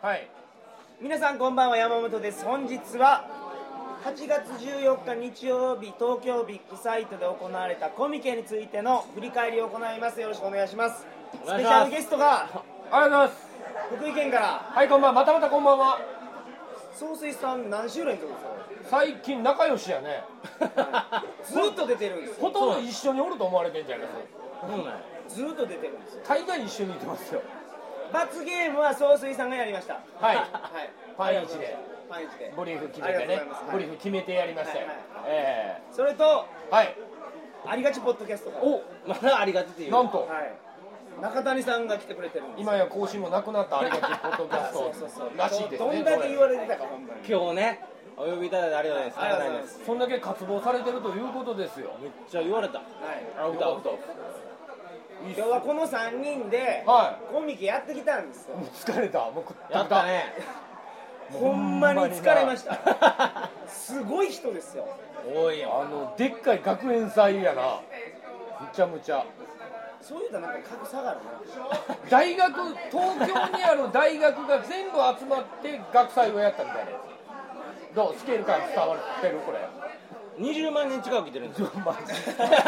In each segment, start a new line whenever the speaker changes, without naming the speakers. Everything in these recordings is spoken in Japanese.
か
はい
皆さんこんばんは山本です本日は8月14日日曜日東京ビッグサイトで行われたコミケについての振り返りを行いますよろしくお願いします
お
ス
願いします
ペシャルゲストが
ありがとうございます
福井県から
はいこんばんはまたまたこんばんは
総帥さん何週連続です
最近仲良しやね
かずっと出てるんです
ほ
よ
とんど一緒におると思われてんじゃないですか
そうなんや
ずっと出てるんですよ
大概一緒にいてますよ
罰ゲームは総帥さんがやりました
はい
はい
パンイチで
パンイチで
ブリーフ決
あ
め
りが
て
と
ね
うございますはい
ブリーフ決めてやりましたよ
はい
え
それと
えはい
ありがちポッドキャストがは
お
まだありがちっていう
なんと
い中谷さんが来てくれてるんです
今や更新もなくなったありがちポッドキャス
そ
ト
うそうそう
らしいですね
どんだ
こ
け
れ
言われてたかほんまに
今日ねお呼びいただいてありがとうございます
ありがとうございま
高
す
そんだけ渇望されてるということですよ
いですめっちゃ言われた
はい
アウトアウト
今日はこの3人で
は
コミケやってきたんですよ
もう疲れたもうく
やったね
ほんまに疲れましたすごい人ですよ
多い
あ
よ
のでっかい学園祭やなむちゃむちゃ
そういうのなんか格差があるな
大学東京にある大学が全部集まって学祭をやったみたいなやつどうスケール感伝わってるこれ
20万 人近く来てるんですよ
マジ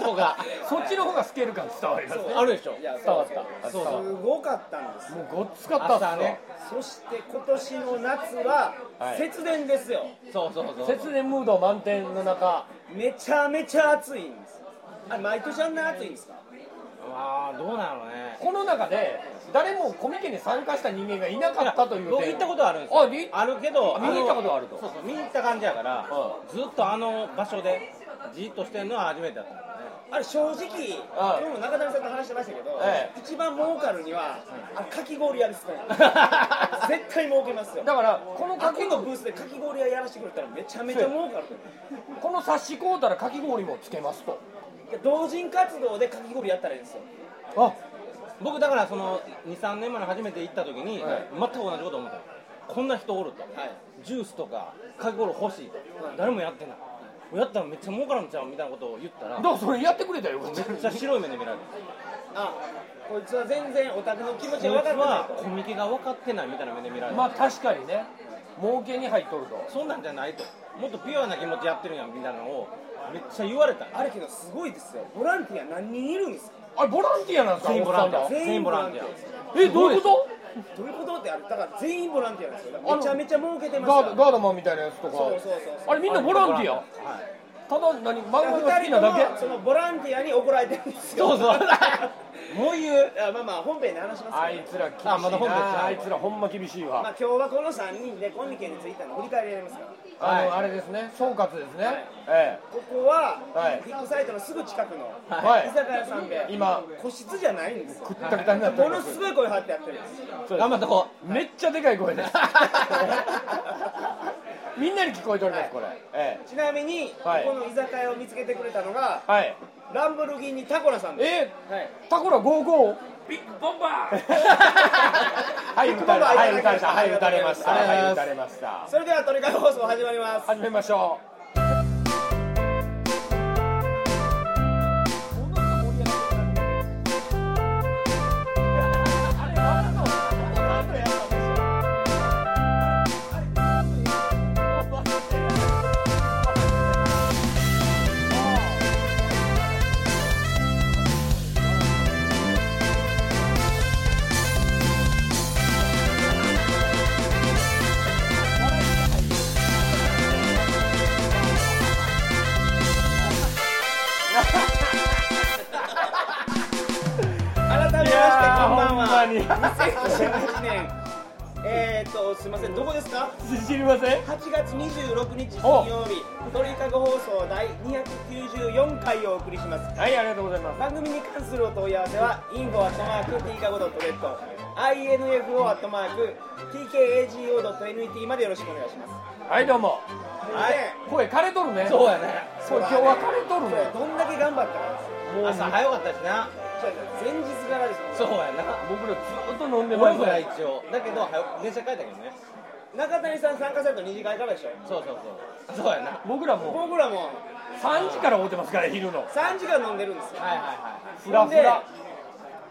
人が
そっちの方がスケール感伝わりますね
あるでしょ
いや
伝わった
そう
すごかったんです
もうごっつかったっすわ
朝ね
そして今年の夏は
はい
節電ですよ、
そうそうそう
節電ムード満点の中
めちゃめちゃ暑いんですあれ毎年あんな暑いんですか
ああどうなのね
この中で誰もコミケに参加した人間がいなかったという
僕行ったことはあるんですよ
あり
あるけど
あ見に行ったことはある
の
と
そうそう見に行った感じやからずっとあの場所でじーっとしてんのは初めてだったんだね
あれ正直今
ああ
日も中谷さんと話してましたけど、
ええ
一番儲かるには、あかき氷屋ですね絶対儲けますよ
だからこの
あ
か
こ
き
の
の
ブースでかき氷屋やらせてくれたらめちゃめちゃ儲かると思う
この冊子買うたらかき氷もつけますと
いや同人活動でかき氷やったらいいんですよ
あ
僕だからその23年前の初めて行った時に、
はい
全く同じこと思ったのこんな人おると
はい
ジュースとかかき氷欲しいと、誰もやってない、やったらめっちゃ儲からんちゃうみたいなことを言ったら
だ
め
からそれやってくれたよこっち
っちゃ白い目で見られる
あこいつは全然オタクの気持
こいつ
ちが分かってない
はコミケが分かってないみたいな目で見られる、
まあ確かにね儲けに入っとると
そんなんじゃないともっとピュアな気持ちやってるんやんみたいなのをめっちゃ言われた
とあれけどすごいですよボランティア何人いるんですか
あれボランティアなんですか
全員ボラ
おっ
ンティア
さんら
全
全
員
員
ボ
ボ
ラ
ラ
ン
ン
ティ
ティ
ア
ア
です
えどういうこ
どういうことってあれだから全員ボランティアなんですよだか
あ
ら
の
めちゃめちゃ儲けて
と
ま
ガ
した
ー
よ
ドガードマンみたいなやつとか
そうそうそうそう
あれみんなボランティア
はい
ただ何漫
だ
画
か
が好
ら二
き
人
な
と
だけ
もそのボランティアに怒られてるんですよ
そうそう
もう言うあまあまあ本編で話しますけど
あいつら厳しいな
あまだ本編
あいつらほんま厳しい
ま
わ
あ、今日はこの3人でコミケについての振り返りやりますから
あの
はい
あれですね総括ですね
はい
え
ここは、
はい
ビッグサイトのすぐ近くの
え
は
はい
居酒屋さんで、
今
個室じゃないんですよ
くったくたになって
も
おり
の
ます
すごい声張ってやってるんです
頑張ってこ
めっちゃでかい声です みんなに聞こえておりますこれえ
ちなみに、
はい
ここの居酒屋を見つけてくれたのが
えはい
ランボルギーニタコラさんです
え
はい
ータコラ55
ビッグボンバー
はい打たれはい打たれたはい打たれました
ありが
はい
とうご
打
ざ
た
い
れました
それではトリカゴ放送始まります
始めましょうい
改めましてこんばん
や
は2018年えーとすいませんどこですか
知りません
8月26日水曜日鳥かご放送第294回をお送りします
はいありがとうございます
番組に関するお問い合わせは info.tkago.net info.tkago.net までよろしくお願いします
はいどうも
はい
声枯れとるね
うそうやね
そう今日は枯れとるね
どんだけ頑張ったか
もう
朝早かったしな
前日からです
そうやな
僕らずっと飲んでま
俺
す
もや一応だけど早く電車帰ったけどね
中谷さん参加されたの2次会からでしょ
そうそうそうそうやな
僕らも
僕らも
う3時から会うてますから昼の
3時間飲んでるんですよ
はいは
フラ
いはいはい
フ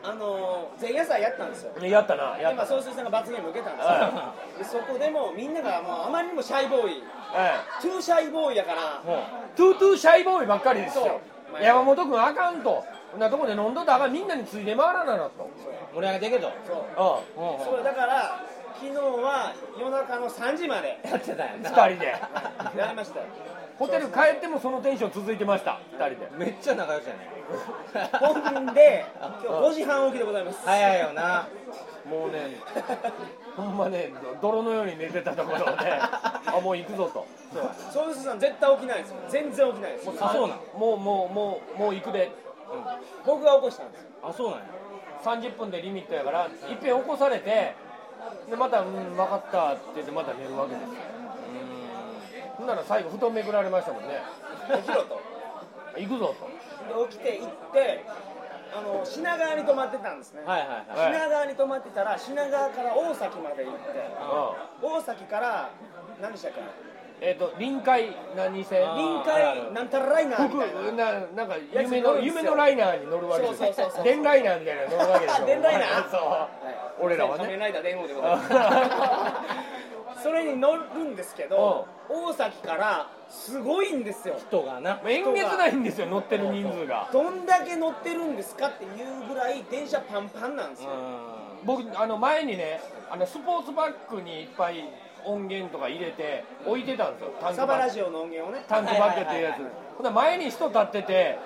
ラ
ほんであの前夜祭やったんですよ
いややったなやっ
今
た
総帥さんが罰ゲーム受けたん
は
ですよでそこでもうみんながもうあまりにもシャイボーイ
え
トゥーシャイボーイやから
えもう
えトゥートゥーシャイボーイばっかりですよ
そう
山本君あかんとこんなとこで飲んどったらあかんみんなについて回らななと
盛り上げていけと
そう
あ
そうだから昨日は夜中の3時まで
やってたやんな
2人で
やりましたよ
ホテル帰ってもそのテンション続いてました2人で
めっちゃ仲良しやね
本で今日5時半起きでございます
早いよな
もうねほんまね泥のように寝てたところをねあもう行くぞと
そう総帥さん絶対起きないですよ全然起きないです
あそうなん
もうもうもうもう行くで
僕が起こしたんですよ
あそうなんや
30分でリミットやからいっぺん起こされてでまた「うん分かった」って言ってまた寝るわけですよほんなら最後布団めくられましたもんね
起きろと
行くぞと
で起きて行ってあの品川に泊まってたんですね、
はいはいはい
はい
品川に泊まってたら品川から大崎まで行って
うん
大崎から何でしたっけ
えっ、と臨海何線
あー
臨
あるあ
海
る
なんたらライナーみたいな
僕ななんか
やつ
夢
乗
の
るんですよ
夢のライナーに乗るわけです
そう
よ
そうそうそう
電ライナーみたいなの乗るわけですよ
電ライナー
そう
はい
俺らは
仮
ね
面ライダー電王でございます。 それに乗るんですけど、大崎からすごいんですよ。
人がな
えんげつないんですよ乗ってる人数が
どんだけ乗ってるんですかっていうぐらい電車パンパンなんです
う
よ。
ん
僕あの前にねあのスポーツバッグにいっぱい音源とか入れて置いてたんですよタンク
サ
バ
バ
ッ
ラ
グ
ジオの音源をね。
タンクバッグっていうや
はいはいはいは
つほんなら前に人立ってて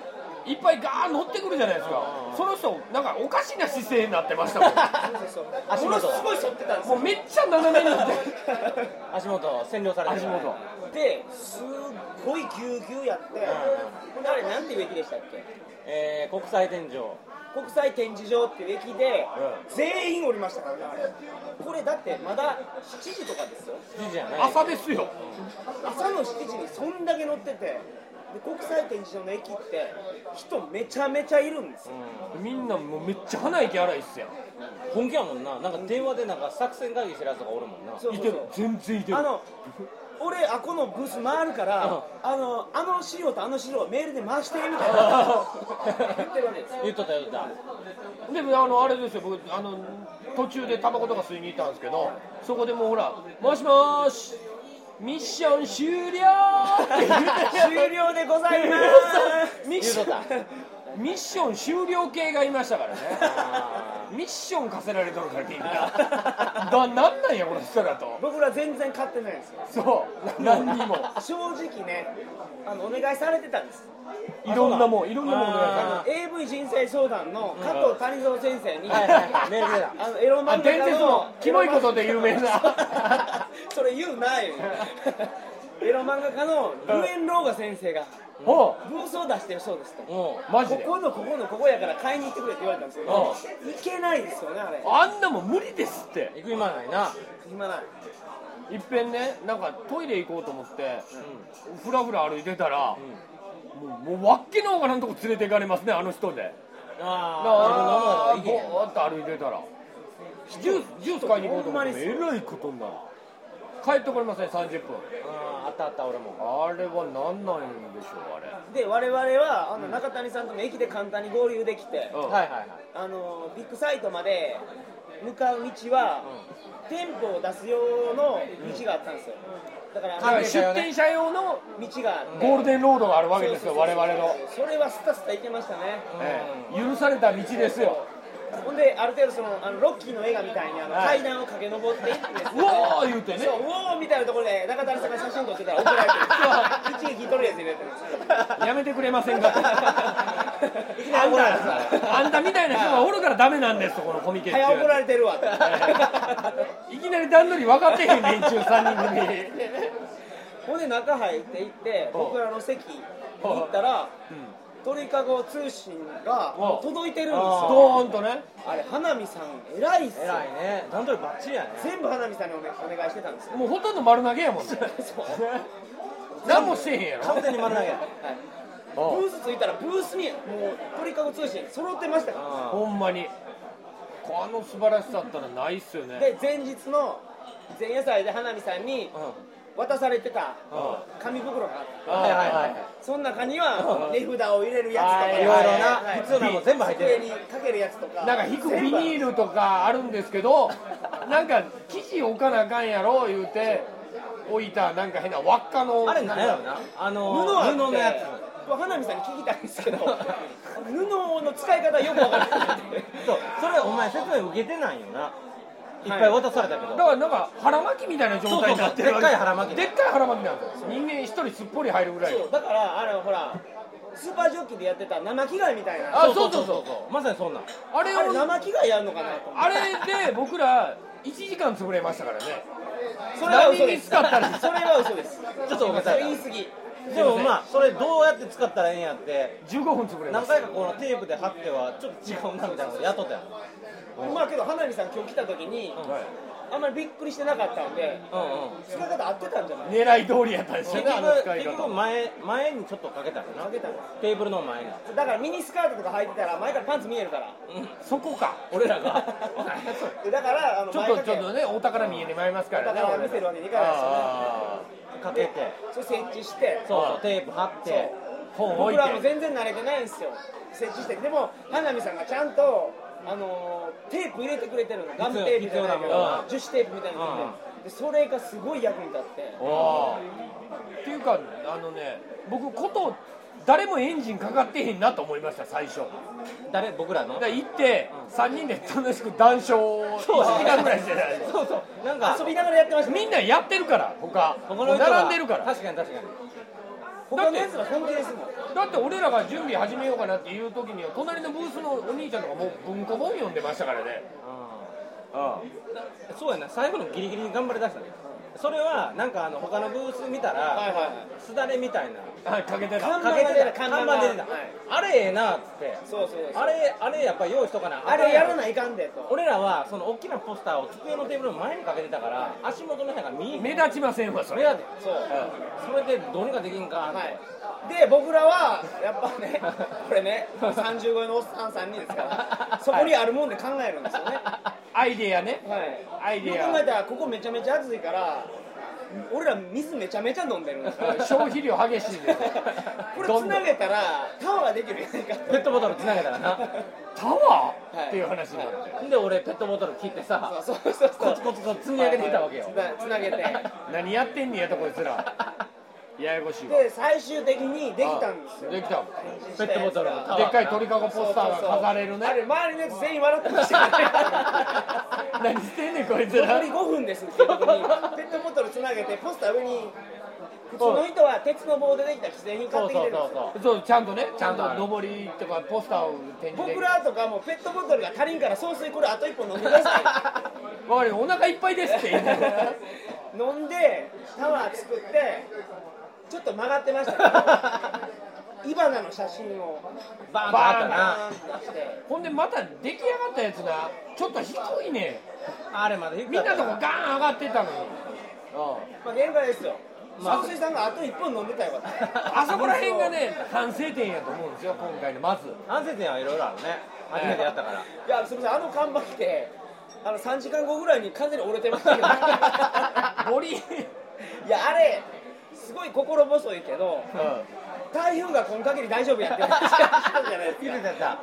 いっぱいガーン乗ってくるじゃないですかその人なんかおかしな姿勢になってました も
そうそう
足
そう。
元
ものすごい反ってたんで
ん
す
も
よ
う。めっちゃ斜めになって
足元占領されて
足
る
元
ですっごいぎゅうぎゅうやって、ほんであれなんていう駅でしたっけ？
えー、国際天井
国際展示場っていう駅で、全員降りましたからねあれ。これだってまだ7時とかですよ。
いいじゃない
朝ですよ
朝の7時にそんだけ乗っててで国際展示場の駅って人めちゃめちゃいるんですよ
みんなもうめっちゃ鼻息荒いっすやん
本気やもんななんか電話でなんか作戦会議してるやつとかおるもんな
そう
い
そう
て
そう
る全然いてる
あの俺あこのブース回るから、
うん
あのあの資料とあの資料メールで回してみた いな言ってるわけですよ
言っとった言っとった
でもあのあれですよ僕あの途中でタバコとか吸いに行ったんですけどそこでもうほら「もしもーしミッション終了!」って言
終
う
了でございま
ミッシ
言うとっ
ョンミッション終了系がいましたからね
あ
ミッション課せられとるからみんなだなんなんやこの人らと
す僕ら全然買ってないんですよ
そう何にも
正直ねあのお願いされてたんです
いろんなもんいろんなもんお願いされて
あの AV 人生相談の加藤谷蔵先生に、
はいはいはいメールでだ
あのエロ
あ
漫画家
伝説のキモいことで有名な
それ言う なよエロ漫画家のルエン・ローガ先生が
おう
ブースを出してるそうですと
も
マジ
こ
で
このここのここやから買いに行ってくれって言われたんですけど行けないですよねあれ
あんなもん無理ですって
う行く暇ないな
暇ない
いっぺんねなんかトイレ行こうと思って、ふらふら歩いてたら、もうもうわっけのほかのとこ連れて行かれますねあの人で
ああ自分のものだから
ぼーっ
行けへん
と歩いてたらジュースジュース買いに行こうと思ってもえらいことになる帰ってこれません30分
あーあったあった俺も
あれはなんなんでしょうあれ
で我々はあの中谷さんとも駅で簡単に合流できて、
うん
はいはいはい
あのビッグサイトまで向かう道は、店舗を出す用の道があったんですよ、だから
だから
はい
出店者用の
道があって
ゴールデンロードがあるわけですよ
そう
我
そうそう
々の、
それはスタスタ行けましたね
ええ許された道ですよ
ほんである程度そのあのロッキーの映画みたいにあの
はい
階段を駆け上っていってですね
うおー言うてね
そううおーみたいなところで中谷さんが写真撮ってたら怒られてる一撃取るやつ入れて る
やめてくれません かと
いきなり怒られて
あんたみたいな人がおるからダメなんですとこのコミケっていう
早怒られてるわって
いきなり段取り分かってへん連中3人組
ほんで中入っていって僕らの席に行ったら鳥かご通信が
お
届いてるんですよ
ドーンとね
あれ花見さん偉いっすよ
偉いね段取りバッチリやね
全部花見さんにお,、お願いしてたんですよ
もうほとんど丸投げやもんね何もしてへんやろ
完全に丸投げや
ブース着いたらブースにもう鳥かご通信揃ってましたから
ほんまにこの素晴らしさったらないっすよね
で前日の前夜祭で花見さんに
うん
「渡されてた紙袋があった
はいはいはい
その中には値札を入れるやつとか
はいはいはい
はい
普通のも全部入ってる
机にかけるやつとか
なんか引くビニ
ル
ールとかあるんですけどなんか生地置かなあかんやろ言うて置いたなんか変な輪っかの
あれなんやろなあ
布
の
は
布のやつ
つ花見さんに聞きたいんですけど布の使い方よくわからなくて
そうそれお前説明受けてないよないっぱい渡されたけど、
だからなんか腹巻きみたいな状態になってる
そうそうそうでっかい腹巻き
でっかい腹巻きなんですよ人間一人すっぽり入るぐらい
そうだからあのほらスーパージョッキでやってた生着替えみたいなあ
あそうそうそう
まさにそんなん
あれ
れ
を
生着替えやるのかなと思って
あれで僕ら1時間潰れましたからね
それは嘘です
何に使ったんです
それは嘘です
ちょっとごめんなさい
言い過ぎ
でもまあそれどうやって使ったらええんやって
15分潰れま
何
した
回かこのテープで貼ってはちょっと違うなみたいなことやっとったやん
まあけど花見さん今日来た時にあんまりびっくりしてなかったんで
うんうん
使い方合ってたんじゃない
狙い通りやったでしょ
結
うねあの使
局
い
結局
方
前前にちょっとかけたよな
かけたの
テーブルの前に
だからミニスカートとか履いてたら前からパンツ見えるから
そこか
俺らが
だからあ の
ちょっ
前
と
掛
ちょっ
け
とねお宝見えてまいりますから
だか
ね
ら見せるわけにいかない
あ
かけて
ですよねそれ設置して
そうそうテープ貼って
本置
僕
い
らも
て
全然慣れてないんですよ設置してでも花見さんがちゃんとあのーテープ入れてくれてるのガムテープじゃないけ
必要なもの
ど樹脂テープみたいなのででそれがすごい役に立って
ああっていうかあのね僕こと誰もエンジンかかってへんなと思いました最初
誰僕らの
だから行って3人で楽しく談笑を1時間ぐらいしてたでしょ
そうそうなんか
遊びながらやってました
みんなやってるから他
他の人が
並んでるから
確かに確かに
他のやつは本気ですもん
だって俺らが準備始めようかなっていう時には隣のブースのお兄ちゃんとかもう文庫本読んでましたからね
うんそうやな最後のギリギリに頑張りだしたねそれはなんかあの他のブース見た
はい
ら
はいはい
すだれみたいな
はいかけて
看
た
板
か
が
け
出
て
た
た
看
看
板が
板出てた
はい
あれええなっつって
そうそうそう
あれあれやっぱ用意しとかな
あれやらないかんでと
俺らはその大きなポスターを机のテーブルの前にかけてたから足元の人が見えへん
目立ちませんわそ
目
れ
立て
そう
それでどうにかできんかって、
はいで僕らはやっぱ ねこれね30超えのおっさん3人です からそこにあるもんで考えるんですよね
アイデアね
は
ア
い
イデア
よく考えたらここめちゃめちゃ暑いから俺ら水めちゃめちゃ飲んで るんですよ
消費量激しいん ですよ
これ
ど
つ
んど
なんげたらタワーができるやないか
ペットボトルつなげたらな
タワー、
はい
っていう話になって
で俺ペットボトル切ってさ
そうそうそう
コツコツコツ積み上げていったわけよ、
つなつなげて
何やってんねやとこいつらややこしいわ
で最終的にできたんですよ
できた
ペットボトルのタワー
でっかい鳥かごポスターが飾れるね
あれ周りのやつ全員笑ってました から ね
何してんねんこいつら
残り5分ですっていう時にペットボトルつなげてポスター上に普通の人は鉄の棒でできた既製品買
そ
っ
う
てき
そ
てる
うん
です
そう
よ
そ
そうちゃんとねちゃん
ちゃん
と
と
上りとかポスターを展示で
僕らとかもペットボトルが足りんから総水これあと1本飲んでくだ さ
わかるよお腹いっぱいですって言って
い飲んでタワー作ってちょっと曲がってましたけ どイバナの写真を
うバーンとあったな
バーンと出して
ほんでまた出来上がったやつなちょっと低いね
あれまで
みんなとこガーン上がってたのに
まあ限界ですよ総水さんがあと1本飲んでたよ
あそこら辺がね反省点やと思うんですよ今回のまず
反省点はいろいろあるね初めてやったから、
いやすみませんあの看板来てあの3時間後ぐらいに完全に折れてましたけど
ボリ、うん、
いやあれすごい心細いけど台風がこの限り大丈夫やってるって言ってたじゃないですか
言ってた言ってた
は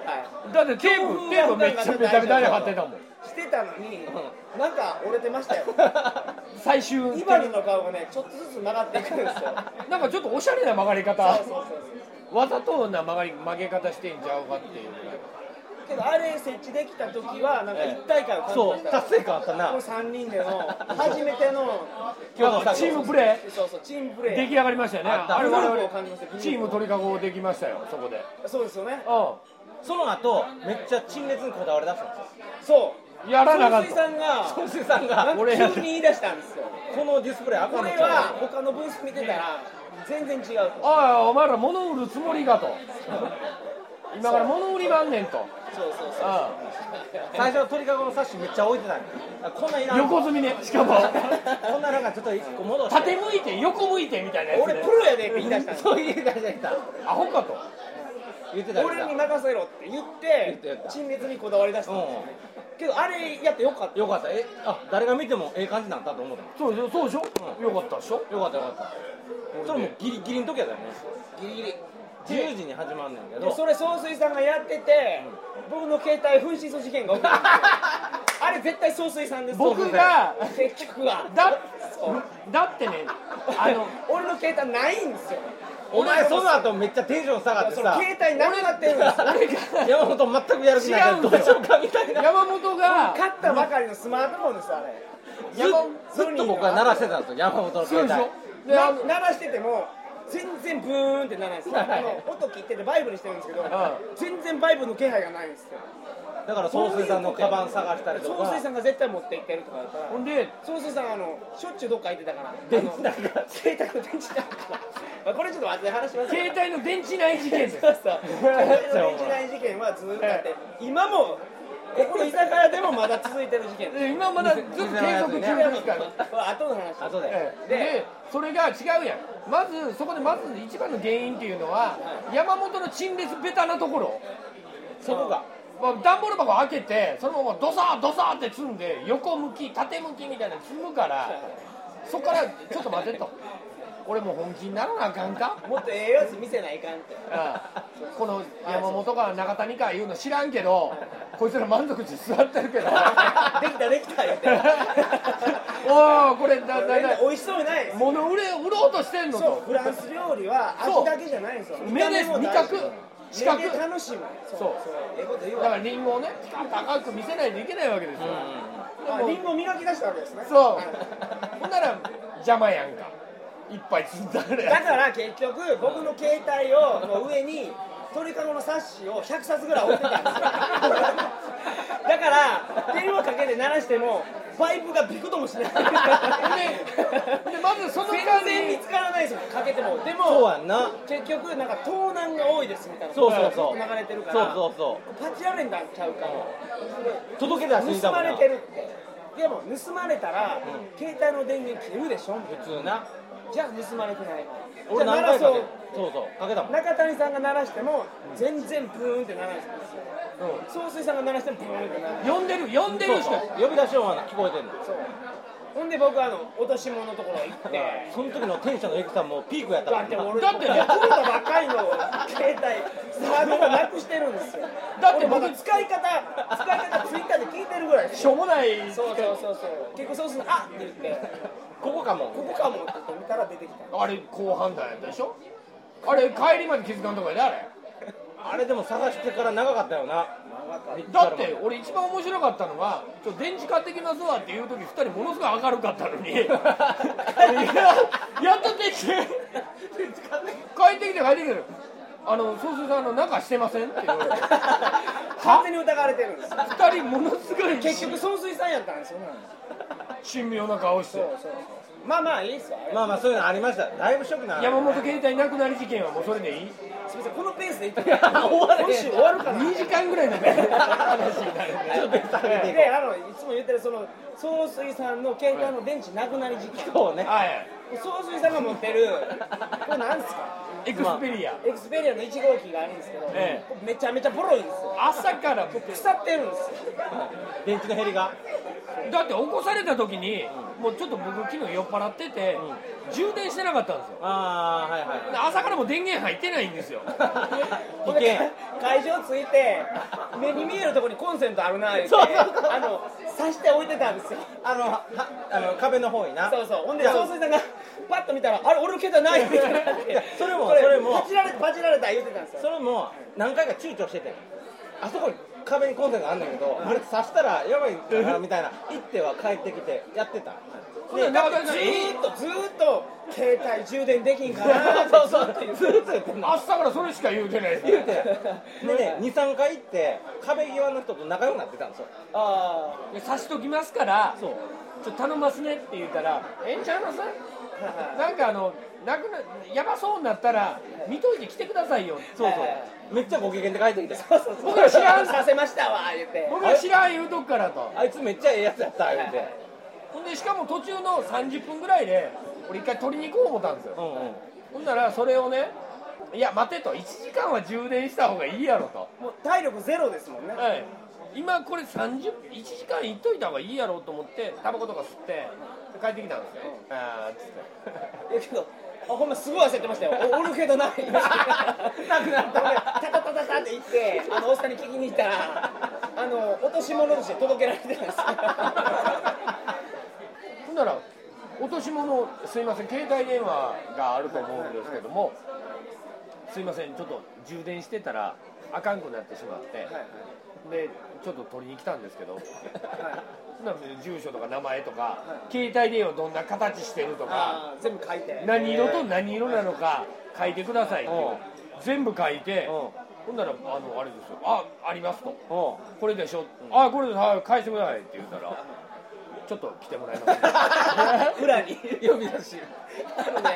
だってテープテープめっちゃめちゃめちゃ貼ってたもん
い、してたのに、なんか折れてま したよ
最終的
イ
に
バルの顔がねちょっとずつ曲がっていくんですよ
なんかちょっとおしゃれな曲がり
そう
方
そうそう
わざとな曲がり曲げ方してんちゃうかっていうぐらい
けどあれ設置できた時はなんか一体感を感じ
そ
ま
う
した
達成感あったな
この3人での初めての
今日のチームプレ
そうそうチームプ
ー
レ
出来
ー
上がりましたよね
あった
あれ
グループ
我
を感じました
々チーム鳥かごできましたよそこで
そうですよね
う
その後めっちゃ陳列にこだわりだしたんですよ
そう
やらなかった
総帥さんが
総帥さんが
なんか
俺やる
急に言い出したんですよ
このディスプレイ赤
こ
の
れ
ち
は
ゃ
他のブース見てたら全然違うと
んああお前ら物売るつもりかと今から物売りまんねんと
そうそうそう
う
う最初は鳥かごの冊子めっちゃ置いてたんよあこんなんいら
ん
ん
横積みねしかも
こんなんなんかちょっと一個戻して
縦向いて横向いてみたいなやつ
俺
ね
プロやでって言い出したんです
そういう感じでした
アホかと
言ってた言って
俺
た
に任せろって言っ
言って
て
た
陳列にこだわりだしたんですよねけどあれやってよかった
よかったえあ誰が見てもええ感じになったと思ったの
そうでしょそうでしょ、よかったでしょ
よかったよかったそれもうギリギリの時やったよね
ギリギリ
10時に始まんねんけど
でそれ総帥さんがやってて、僕の携帯紛失事件が起きたんですよあれ絶対総帥さんです
僕が
結局は
だ
そう
だってねあの
俺の携帯ないんですよ
お前その後めっちゃテンション下がって
その
さ
携帯なくなってるんですよ
俺が
山本全くやる気ないから
違うん
どう
だよ
しようかみたいな
山本が
買ったばかりのスマートフォンですあれ
ずずっと僕は鳴らしてたんですよ山本の
そうでし
携
ょ
帯
であ
な
の
鳴らしてても全然ブーンってならないんですよ、
はい
あの音切っててバイブにしてるんですけど、
ん
全然バイブの気配がないんですよ
だから総帥さんのカバン探したりと
総
か
帥さんが絶対持って行ってるとかだったら
ほんで
総帥さんあのしょっちゅうどっか行ってたから
電池なん
あ
か
の携帯の電池なんか まあこれちょっと後で話しますけど
携帯の電池ない事件です
そうそう携帯の電池ない事件はずーっとあって今もここの居酒屋でもまだ続いてる事件です
で今まだずっと継続中ですから
後の話です
後で
ええ でそれが違うやんまずそこでまず一番の原因っていうのは山本の陳列ベタなところ
そこが
まあ、段ボール箱開けてそのままドサードサーって積んで横向き縦向きみたいなの積むからそこからちょっと待てと俺もう本気にならなあかんか
もっとええやつ見せないかん って
ああこの山本か中谷か言うの知らんけどこいつら満足して座ってるけど
できたできた言って
おおこれだだだ
美味しそうにないです
物売れ売ろうとしてんの
そう
と
フランス料理は
そう
味だけじゃないんですよ
目で
見た目も
味
大事
覚視
目
覚
で楽しむそう
そう
ええこと言う
だか
わ
らリンゴをね高く見せないといけないわけですよで
あ
も
リンゴ磨き出したわけですね
そ
は
うほんなら邪魔やんかいっぱい積んだら
いだから結局僕の携帯をの上に鳥かごの冊子を100冊ぐらい置いてたんですよだから電話かけて鳴らしてもパイプがビクともしない
ででまずその間
全然
に
見つからないですよかけてもで
そう
も
やんな
結局なんか盗難が多いですみたいな
そうそうそう
流れてるから
そうそうそ
パチられんだんちゃうか
う届け出してい
盗
たも
ま
んな
れてるってでも盗まれたら、携帯の電源切れるでしょ
普通な
じゃあ盗まれてないわ
俺
じゃあ
何
鳴ら
回か
そ
け
う
そうそうかけたもん
中谷さんが鳴らしても全然ブーンって鳴らないんですよ総帥さんが鳴らしてもブーンって鳴らない
呼んでる呼んで
そう
るし
そう
か
呼び出し音は聞こえてんの
そうほんで僕あの落とし物のところ行って
その時のテンションのエクさんもうピークやったも
だ
ん
って
な
俺
だってね
取れたばっかりの携帯スマートフォンなくしてるんですよ
だって
俺まだ使い方使い方ツイッターで聞いてるぐらいです
しょうもない
そうそうそうそう結構そうするとあって言って
ここかも
ここかもって言って見たら出てきた
あれ高判断やったでしょあれ帰りまで気づかんとかやであれ
あれでも探してから長かったよな
だって俺一番面白かったのは「ちょ電池買ってきますわ」っていう時2人ものすごい明るかったの にいややっと電池帰ってきて帰ってきてあの総帥さんあの中してませんって言われて
完全に疑われてるんですよ
2人ものすごい
結局総帥さんやったんですよね
神妙な顔し
そう
て
そうそうまあまあいいっすわ
まあまあそういうのありましただいぶショックな
山本携帯なくなり事件はもうそれでいい
すみませんこのペースでいったら
終われへん
今週終わるかな
2時間ぐらいのね話になるね
ちょっとベース上げていこ
であのいつも言ってるその総帥さんの携帯の電池なくなり事件
うそうね
はい
総帥さんが持ってるこれなんですか
エクスペリア
エクスペリアの1号機があるんですけど、
え
これめちゃめちゃボロいんですよ
朝から
腐ってるんですよ
電池の減りが
だって起こされた時に、もうちょっと僕昨日酔っ払ってて、充電してなかったんですよ
ああはいはい
で朝からもう電源入ってないんですよ
ほん
いけん
で会場着いて目に見えるところにコンセントあるな言って
そうそうそう
あの挿して置いてたんですよ
あのはあの壁の方にな
そうそうほんで
じゃあ
総帥さんがパッと見たら「あれ俺の携帯ない」みたいになっ
いや
て
それも
こ
それも
パチられたパチられた言ってたんですよ
それも何回か躊躇しててあそこに壁にコンセントあんねんけどあれ刺したらやばいかなみたいな行っては帰ってきてやってた
ほんで
だ
中
っ
谷
てず
さん
ーっとずーっと携帯充電できんかなー
そうそうそうずっと言ってん の
朝からそれしか言うてない
言うてでね23回行って壁際の人と仲良くなってたんですよ
あ
で差しときますから
そう
ちょっと頼ますねって言ったらええんちゃいますなんかあのなくなやばそうになったら見といて来てくださいよ
そう
はいはい
そうめっちゃご機嫌で帰ってきて
あそうそう
僕 ら知らん
させましたわー言って
僕は知らん言うとくからと
あいつめっちゃええやつやった言うて
ほんでしかも途中の30分ぐらいで俺一回取りに行こう思ったんですよ
うんうん
ほんならそれをねいや待てと1時間は充電した方がいいやろと、
もう体力ゼロですもんね、
はい、今これ30 1時間いっといた方がいいやろと思ってタバコとか吸って帰ってきたんですよ、ああっつって
いやけどあほんますごい焦ってましたよおおるけどないなくなった俺タタタタタって言ってあのおっさんに聞きに行ったらあの落とし物として届けられてたんですよ
ほんなら落とし物すいません携帯電話があると思うんですけども、すいませんちょっと充電してたらあかんくなってしまって、でちょっと取りに来たんですけど、なんか住所とか名前とか、携帯電話どんな形してるとか
あー全部書いて
何色と何色なのか書いてくださいっていう
うん
全部書いて、ほんならあのあれですよあありますと、これでしょ、あこれですはい返してくださいって言うたらちょっと来てもらいました
裏に
呼び出し
あのね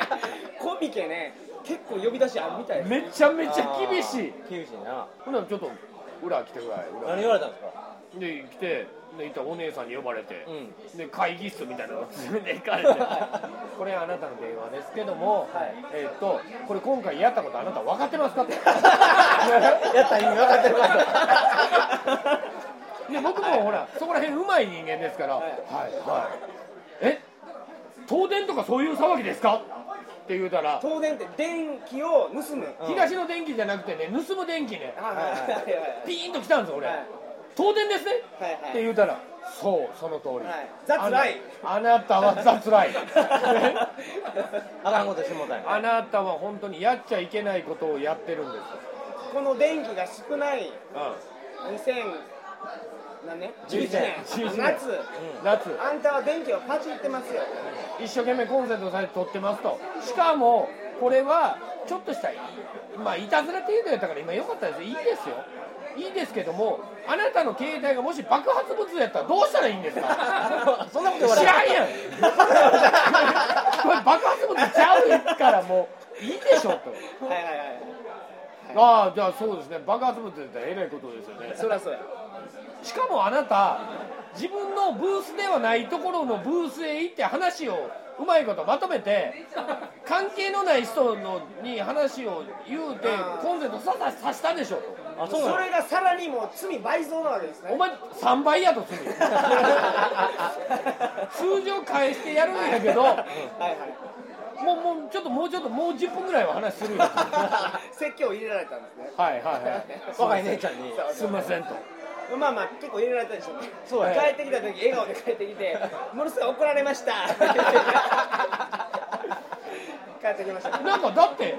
コミケね結構呼び出しあるみたいです
めちゃめちゃ厳しい
厳しいな
ほんならちょっと裏来てください裏
何言われたんですか
で来てで行ったらお姉さんに呼ばれて、
う
で会議室みたいなのを 連れて行かれてこれあなたの電話ですけども、
はい
えーっとこれ今回やったことあなた分かってますかって
やった意味分かってるか
で僕もほら、そこら辺うまい人間ですから、はい、はいえ東電とかそういう騒ぎですかって言うたら、
東電って電気を盗む、はい
東の電気じゃなくてね盗む電気ね
はいはいはい
ピーンと来たんです俺、
はい
東電ですね、
はいはい
って言うたらそうその通り、
はい雑ライ
あなあなたは雑ライ
あかんことしてもうたんや
あなたは本当にやっちゃいけないことをやってるんです、
この電気が少ない
うん
2000何年
11
11
年
年夏
夏
あんたは電気をパチってますよ
一生懸命コンセントさえ取ってますとしかもこれはちょっとしたまあいたずら程度やったから今良かったですいいですよいいですけどもあなたの携帯がもし爆発物やったらどうしたらいいんですか
そんなこと言われ
知
た
らんやん これ爆発物ちゃうからもういいでしょと
はいはいはい
ああじゃあそうですね爆発物やったらえらいことですよね
そりゃそうや
しかもあなた自分のブースではないところのブースへ行って話をうまいことまとめて関係のない人のに話を言うてコンセントさささしたでしょと
あ
そ
そうなの
れがさらにもう罪倍増なわけです
お
ね
前3倍やとするよ 通常返してやるんやけど
はいは
もうもうちょっともうちょっともう10分ぐらいは話するよはい
説教を入れられたんですね
い はいはい
若い姉ちゃんに
すいませんと
まあまあ結構入れられたでしょうね
そうや
帰ってきた時笑顔で帰ってきてものすごい怒られました 帰ってきま した
なんかだって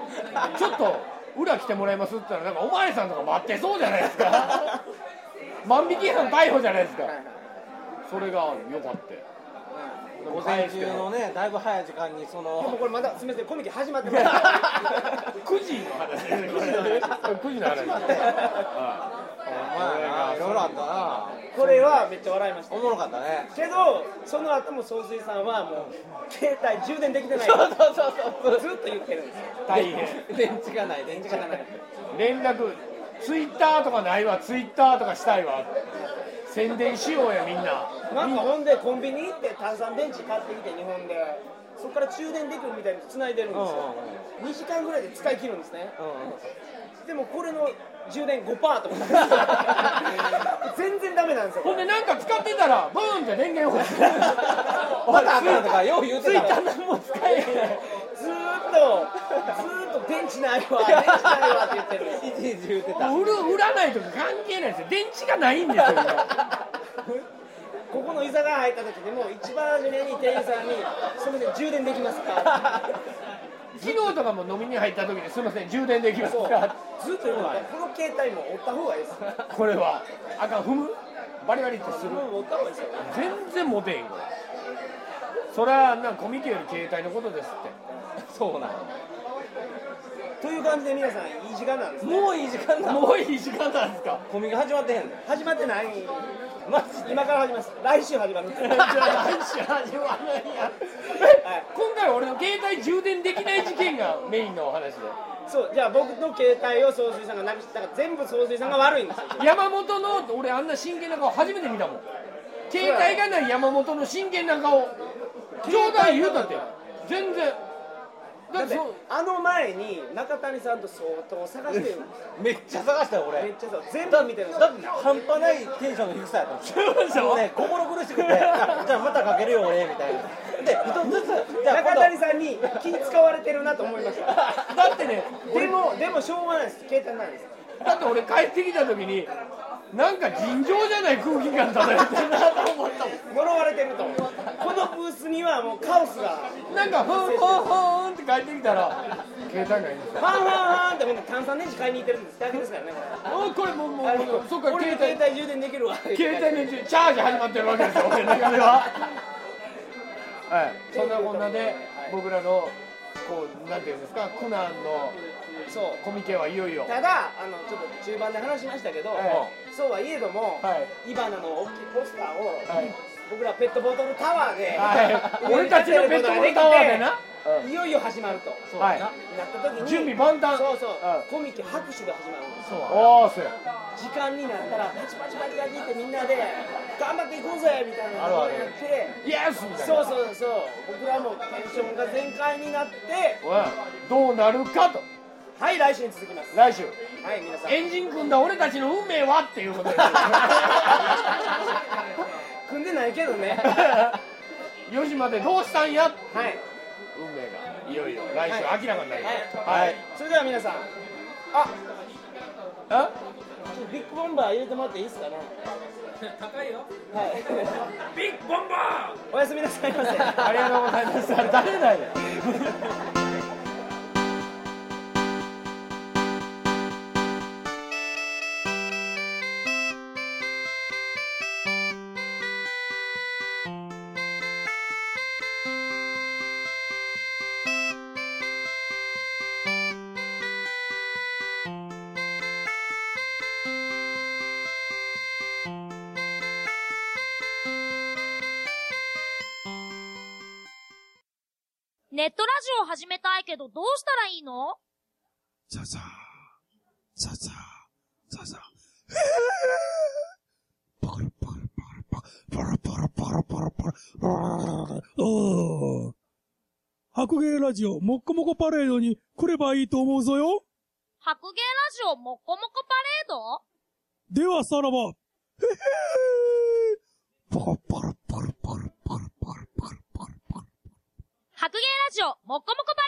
ちょっと裏来てもらいますって言ったらなんかお前さんとか待ってそうじゃないですか万引き犯逮捕じゃないですかそれがよかった
午前中のねだいぶ早い時間にそ
でも
の
これまだすみませんコミケ始まって ますは
9時の話ですねこれ9時の話です
お前ないろいろあった
いこれはめっちゃ笑いました
なおもろかったね
けどその後も総帥さんはもう携帯充電できてない
そうそうそうそう
ずっと言ってるんですよ
大変
電池がない電池
仕方
が
な
ないい
連絡ツイッターとかないわツイッターとかしたいわ宣伝しようやみんな
なんかほんでコンビニ行って炭酸電池買ってきて日本でそこから充電できるみたいに繋いでるんですよ2時間ぐらいで使い切るんですねでもこれの充電5%とか なんですよ全然ダメなんですよ
ほんでなんか使ってたらブーンって電源落ちて
またあかんとかよう言うてたわ
何も使えない
ずーっとずーっと電池ないわ 電池ないわって言ってるんです
いちいち言うてた
もう売る売らないとか関係ないですよ電池がないんですよ今
ここの居酒屋入った時にもう一番初めに店員さんに「すみません充電できますか?」
昨日とかも飲みに入った時にすみません充電できます
そう
か
ずっと言うのこの携帯も折った方がい いです
これはあかん踏むバリバリってする
もう折った方がいいですよ
全然モテへんこれそれはなんかコミケより携帯のことですっ
そうなんや
という感じで皆さんいい時間なんですね
もういい時間
て
だ
もういい時間なんですか
コミが始まってへんねん
始まってないマジ今から始まります来週始まるん で す
じゃあ来週始まらないやえ今回俺の携帯充電できない事件がメインのお話で
そうじゃあ僕の携帯を総帥さんがなくしたから全部総帥さんが悪いんですよ
山本の俺あんな真剣な顔初めて見たもん携帯がない山本の真剣な顔冗談言うたって全然
だってあの前に中谷さんと相当探してるんですよ
めっちゃ探したよ俺
めっちゃそう全部見てるんですよ
だって半端ないテンションの低さやったもんもうね心苦しくてあじゃあまたかけるよ俺みたいなで一つずつじゃあ
中
今
谷
度
さんに気使われてるなと思いました だってねでもでもしょうがないです携帯ないです
だって俺帰ってきた時になんか尋常じゃない空気感漂ってるなと思ったもん
呪われてると思うこのブースにはもうカオスが
なんかふんふんふんって帰ってきたら携帯がいいんです
ファン
よ
ファンファンってほんで炭酸電池買いに行ってるんですだけですからね
おいこれもうもう
あ
も
の
うそっか
俺
携
の
帯
携帯充電できるわ
携帯のチャージ始まってるわけですよ俺の中でははいそんなこんなで僕らのこうなんていうんですか苦難の
そう
コミケはいよいよ
ただあのちょっと中盤で話しましたけど、
は
そうはいえども、
は
イバナの大きいポスターを、
はい
僕らペットボトルタワーで、
はい俺たちのペットボトルタワーでな
うんいよいよ始まると
はい
なった時に
準備万端
そうそう、
うん
コミケ拍手が始まるんですよ
おおそうや
時間になったらパチパチパチパチってみんなで頑張っていこうぜみたいなことになって
イエスみたいな
そうそうそう僕らもテンションが全開になって
うんどうなるかと
はい来週に続きます
来週
はい皆さん
エンジン組んだ俺たちの運命はっていうことです
組んでないけどね
4時までどうしたんや
はい
運命がいよいよ来週明らかになります
はい、はい、それでは皆さんあ
あ
ちょっとビッグボンバー入れてもらっていいですかね高いよはいビッグボンバーおやすみなさいませ
ありがとうございました誰だよ
ネットラジオ始めたいけどどうしたらいいの
ザザー、ザザー、ザザー。パカラパカラパカラパカラパカラパカラパカラパカラパカラパカラパカラパカラおー白芸ラジオ、もっこもこパレードに来ればいいと思うぞよ。
白芸ラジオもっこもこパレード
ではさらば。パカパカラパカラパカラパカラパカラパカラパカラパカラ。
白芸ラジオもっこもこパ